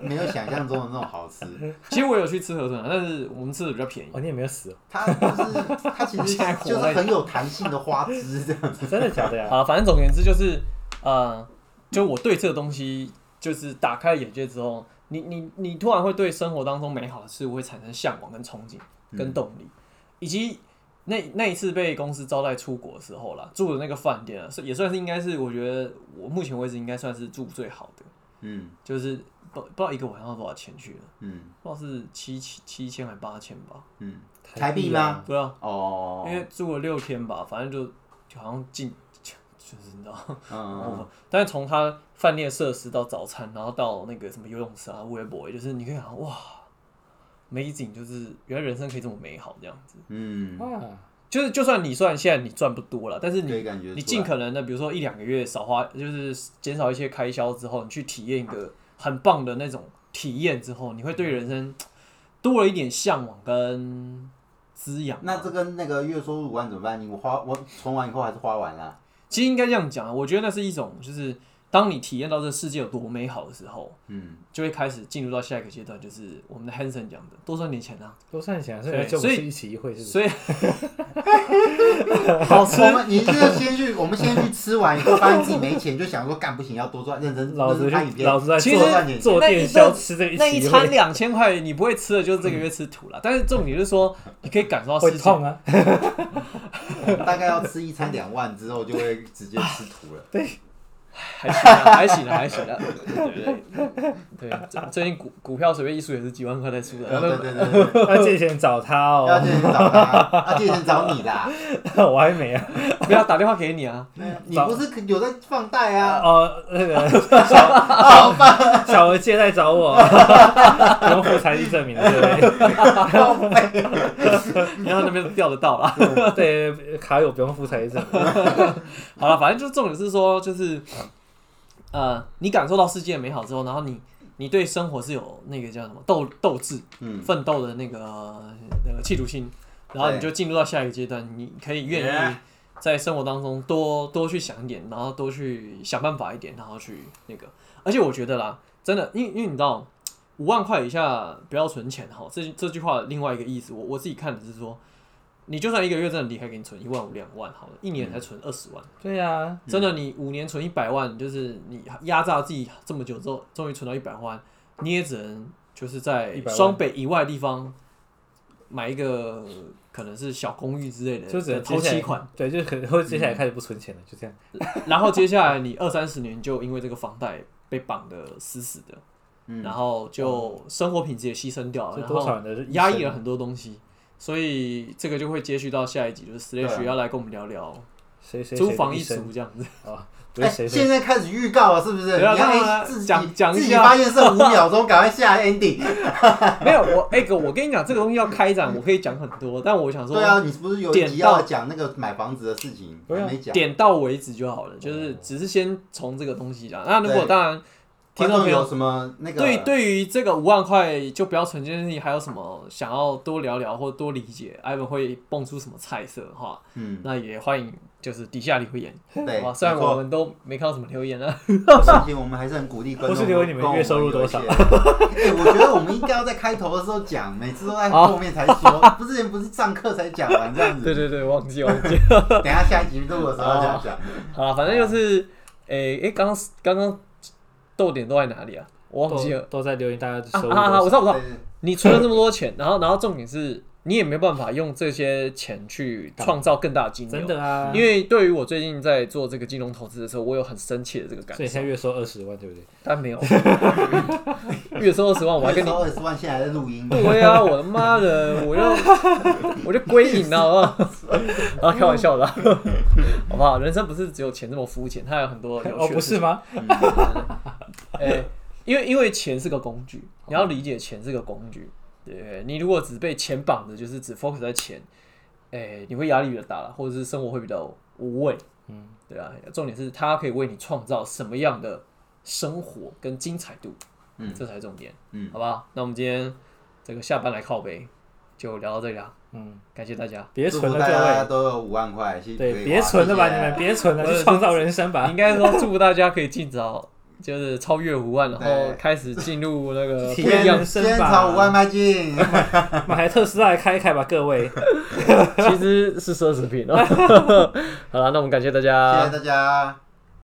Speaker 3: 没有想象中的那种好吃。
Speaker 1: 其实我有去吃河豚啊，但是我们吃的比较便宜。
Speaker 2: 哦，你也没有死哦，
Speaker 3: 它就是它其实
Speaker 1: 现在活
Speaker 3: 就是
Speaker 1: 在
Speaker 3: 很有弹性的花枝这样子。
Speaker 2: 真的假的呀？
Speaker 1: 好，反正总而言之就是，呃，就我对这个东西就是打开眼界之后，你你你突然会对生活当中美好的事物会产生向往、跟憧憬、跟动力，以及那那一次被公司招待出国的时候啦，住的那个饭店啊，是也算是应该是我觉得我目前为止应该算是住最好的，
Speaker 3: 嗯
Speaker 1: 就是不不知道一个晚上多少钱去了，
Speaker 3: 嗯
Speaker 1: 不知道是七七七千还八千吧，
Speaker 3: 嗯，
Speaker 2: 台
Speaker 3: 台
Speaker 2: 币
Speaker 3: 币
Speaker 2: 吗
Speaker 3: 吗？
Speaker 1: 对啊，
Speaker 3: 哦，
Speaker 1: 因为住了六天吧，反正就就好像进就是你知道。
Speaker 3: 嗯，
Speaker 1: 哦，但是从他饭店设施到早餐，然后到那个什么游泳池啊、微博，就是你可以想哇，美景就是原来人生可以这么美好这样子。
Speaker 3: 嗯，
Speaker 2: 啊，
Speaker 1: 就是就算你虽然现在你赚不多了，但是
Speaker 3: 可以
Speaker 1: 你
Speaker 3: 感觉出来
Speaker 1: 你尽可能的，比如说一两个月少花，就是减少一些开销之后，你去体验一个很棒的那种体验之后，你会对人生多了一点向往跟滋养。啊
Speaker 3: 那这跟那个月收入五万怎么办？你我花我存完以后还是花完啦。
Speaker 1: 其实应该这样讲啊，我觉得那是一种就是当你体验到这世界有多美好的时候。
Speaker 3: 嗯，
Speaker 1: 就会开始进入到下一个阶段，就是我们的 Hanson 讲的多赚点钱啊，
Speaker 2: 多算起来，所
Speaker 1: 所
Speaker 2: 以
Speaker 1: 以
Speaker 2: 就不
Speaker 1: 所
Speaker 2: 是
Speaker 1: 以
Speaker 2: 一起一
Speaker 3: 嗯
Speaker 2: 会是不是？
Speaker 1: 所以 好吃
Speaker 3: 我们你这个先去，我们先去吃完以后，发现自己没钱，就想说干不行，要多赚，认真
Speaker 2: 老子
Speaker 3: 认真拍影
Speaker 2: 去，
Speaker 3: 片
Speaker 2: 老子在
Speaker 1: 其实
Speaker 3: 多赚点
Speaker 2: 做
Speaker 1: 那
Speaker 2: 做
Speaker 3: 钱。
Speaker 1: 一
Speaker 2: 电销
Speaker 1: 顿
Speaker 2: 吃这
Speaker 1: 那
Speaker 2: 一
Speaker 1: 一
Speaker 2: 起一
Speaker 1: 餐
Speaker 2: 会
Speaker 1: 两千块，你不会吃的，就是这个月吃土了。但是重点就是说，你可以感受到
Speaker 2: 会
Speaker 1: 世界
Speaker 2: 痛啊！
Speaker 3: 大概要吃一餐两万之后，就会直接吃土 了。
Speaker 1: 还行啊，还行啊，还行啊， 对对对，最最近股股票随便一输也是几万块在输
Speaker 3: 对对
Speaker 1: 的，
Speaker 3: 对对对，
Speaker 2: 要借钱找他
Speaker 3: 要
Speaker 2: 哦，
Speaker 3: 借钱找他，要借钱找你啊啦。
Speaker 2: 我还没啊。
Speaker 1: 不要打电话给你啊，
Speaker 3: 你不是有在放贷啊？
Speaker 2: 哦，那 个小小 小额借贷找我， 不用付财力证明的，对
Speaker 1: 然后那边调得到啊啦。
Speaker 2: 不 对？对，卡友不用付财力证明。
Speaker 1: 好了，反正就是重点是说，就是呃，你感受到世界的美好之后，然后你你对生活是有那个叫什么斗斗志，
Speaker 3: 嗯，
Speaker 1: 奋斗的那个那个企图心，然后你就进入到下一个阶段，你可以愿意
Speaker 3: Yeah
Speaker 1: 在生活当中多多去想一点，然后多去想办法一点，然后去那个。而且我觉得啦，真的，因为因为你知道，五万块以下不要存钱哈，这这句话的另外一个意思，我我自己看的是说，你就算一个月真的离开，给你存一万五两万好了，一
Speaker 3: 嗯
Speaker 1: 年才存二十万，
Speaker 2: 对啊呀，
Speaker 1: 真的你五年存一百万，就是你压榨自己这么久之后，终于存到一百万，你也只能就是在
Speaker 2: 100万
Speaker 1: 双北以外的地方买一个可能是小公寓之类的，
Speaker 2: 就只
Speaker 1: 的
Speaker 2: 能
Speaker 1: 头
Speaker 2: 接下
Speaker 1: 期
Speaker 2: 来
Speaker 1: 款，，
Speaker 2: 对，就可能会接下来开始不存钱了，就这样。
Speaker 1: 然后接下来你二三十年就因为这个房贷被绑得死死的，
Speaker 3: 嗯
Speaker 1: 然后就生活品质也牺牲掉了，
Speaker 2: 这
Speaker 1: 然
Speaker 2: 多
Speaker 1: 后
Speaker 2: 少人的
Speaker 1: 压抑了很多东西，所以这个就会接续到下一集，就是
Speaker 3: 对啊
Speaker 1: Slash 要来跟我们聊聊
Speaker 2: 谁谁谁
Speaker 1: 租
Speaker 2: 的
Speaker 1: 房一
Speaker 2: 生
Speaker 1: 族这样子。
Speaker 2: 啊，不
Speaker 3: 哎，
Speaker 2: 是谁谁
Speaker 3: 现在开始预告了，是不是？
Speaker 1: 对啊
Speaker 3: 你要
Speaker 1: 当然
Speaker 3: 哎
Speaker 1: 啊
Speaker 3: 自己
Speaker 1: 讲讲一
Speaker 3: 自己
Speaker 1: 下
Speaker 3: 发现剩五 秒钟，赶快下 ending。
Speaker 1: 没有我哎哥，我跟你讲这个东西要开展，我可以讲很多，但我想说
Speaker 3: 对啊，你是不是有一集
Speaker 1: 点到
Speaker 3: 要讲那个买房子的事情
Speaker 2: 对
Speaker 3: 还
Speaker 2: 啊
Speaker 3: 没讲？
Speaker 1: 点到为止就好了，就是只是先从这个东西讲。那如果
Speaker 3: 对
Speaker 1: 当然听众
Speaker 3: 观众
Speaker 1: 朋友
Speaker 3: 有什么那个？
Speaker 1: 对，对于这个五万块就不要存进去，还有什么想要多聊聊或多理解，艾文会蹦出什么菜色的话，
Speaker 3: 嗯，
Speaker 1: 那也欢迎就是底下留言，
Speaker 3: 对
Speaker 1: 好吧？，虽然
Speaker 3: 没错
Speaker 1: 我们都没看到什么留言 啊，
Speaker 3: 相信我们还是很鼓励观众。
Speaker 2: 或是留言你们月收入多少
Speaker 3: 跟我们有一些哎我觉得我们应该要在开头的时候讲，每次都在
Speaker 2: 哦
Speaker 3: 后面才说，不是不是上课才讲完这样子。
Speaker 1: 对对对，忘记忘 记，
Speaker 3: 等一下下一集录的时候这样讲。
Speaker 1: 好了，反正就是，诶、诶，刚刚刚刚逗点都在哪里啊？我忘记了
Speaker 2: 都都在留言，大家
Speaker 1: 啊
Speaker 2: 收入
Speaker 1: 啊啊！
Speaker 2: 多
Speaker 1: 我
Speaker 2: 少
Speaker 1: 知道我知道，
Speaker 3: 对对
Speaker 1: 你存了这么多钱，然后然后重点是你也没办法用这些钱去创造更大的金
Speaker 2: 真
Speaker 1: 流。
Speaker 2: 的啊，
Speaker 1: 因为对于我最近在做这个金融投资的时候，我有很深切的这个感
Speaker 2: 所以
Speaker 1: 受。
Speaker 2: 现在月收二十万，对不对？
Speaker 1: 但没有， 月收二十万，我还跟你
Speaker 3: 月收。二十万，现在还在录音。
Speaker 1: 对啊，我的妈的，我就我就归隐了，好不好？ 啊，开玩笑的啊， 好不好？人生不是只有钱这么肤浅，它还有很多有
Speaker 2: 哦，
Speaker 1: 趣的
Speaker 2: 不
Speaker 1: 事
Speaker 2: 是
Speaker 1: 情。
Speaker 2: 吗？
Speaker 1: 哎、因为因为钱是个工具，你要理解钱是个工具。对，你如果只被钱绑着，就是只 focus 在钱，哎、你会压力比较大了，或者是生活会比较无味。
Speaker 2: 嗯，
Speaker 1: 对啊，重点是它可以为你创造什么样的生活跟精彩度，
Speaker 3: 嗯
Speaker 1: 这才是重点。
Speaker 3: 嗯
Speaker 1: 好吧，那我们今天这个下班来靠背就聊到这里啦，
Speaker 2: 嗯，
Speaker 1: 感谢大家。
Speaker 2: 别
Speaker 3: 祝
Speaker 2: 存
Speaker 3: 福
Speaker 2: 了
Speaker 3: 大家
Speaker 2: 各
Speaker 3: 都有五万块，谢谢
Speaker 2: 位，
Speaker 3: 可
Speaker 2: 对，
Speaker 3: 以花
Speaker 2: 别存了吧，
Speaker 3: 谢
Speaker 2: 你
Speaker 3: 谢
Speaker 2: 们别存了，
Speaker 1: 我
Speaker 2: 去创造人生
Speaker 3: 啊
Speaker 2: 吧，
Speaker 1: 应该说祝福大家可以尽早就是超越五万，然后
Speaker 3: 对
Speaker 1: 开始进入那个不
Speaker 2: 体
Speaker 1: 一
Speaker 2: 验
Speaker 1: 样
Speaker 2: 人生
Speaker 3: 先朝五万
Speaker 2: 吧，啊
Speaker 3: 迈进。
Speaker 2: 买台特斯拉来开一开吧，各位，
Speaker 1: 其实是奢侈品哦。好了，那我们感谢大
Speaker 3: 谢
Speaker 1: 家，
Speaker 3: 谢大家。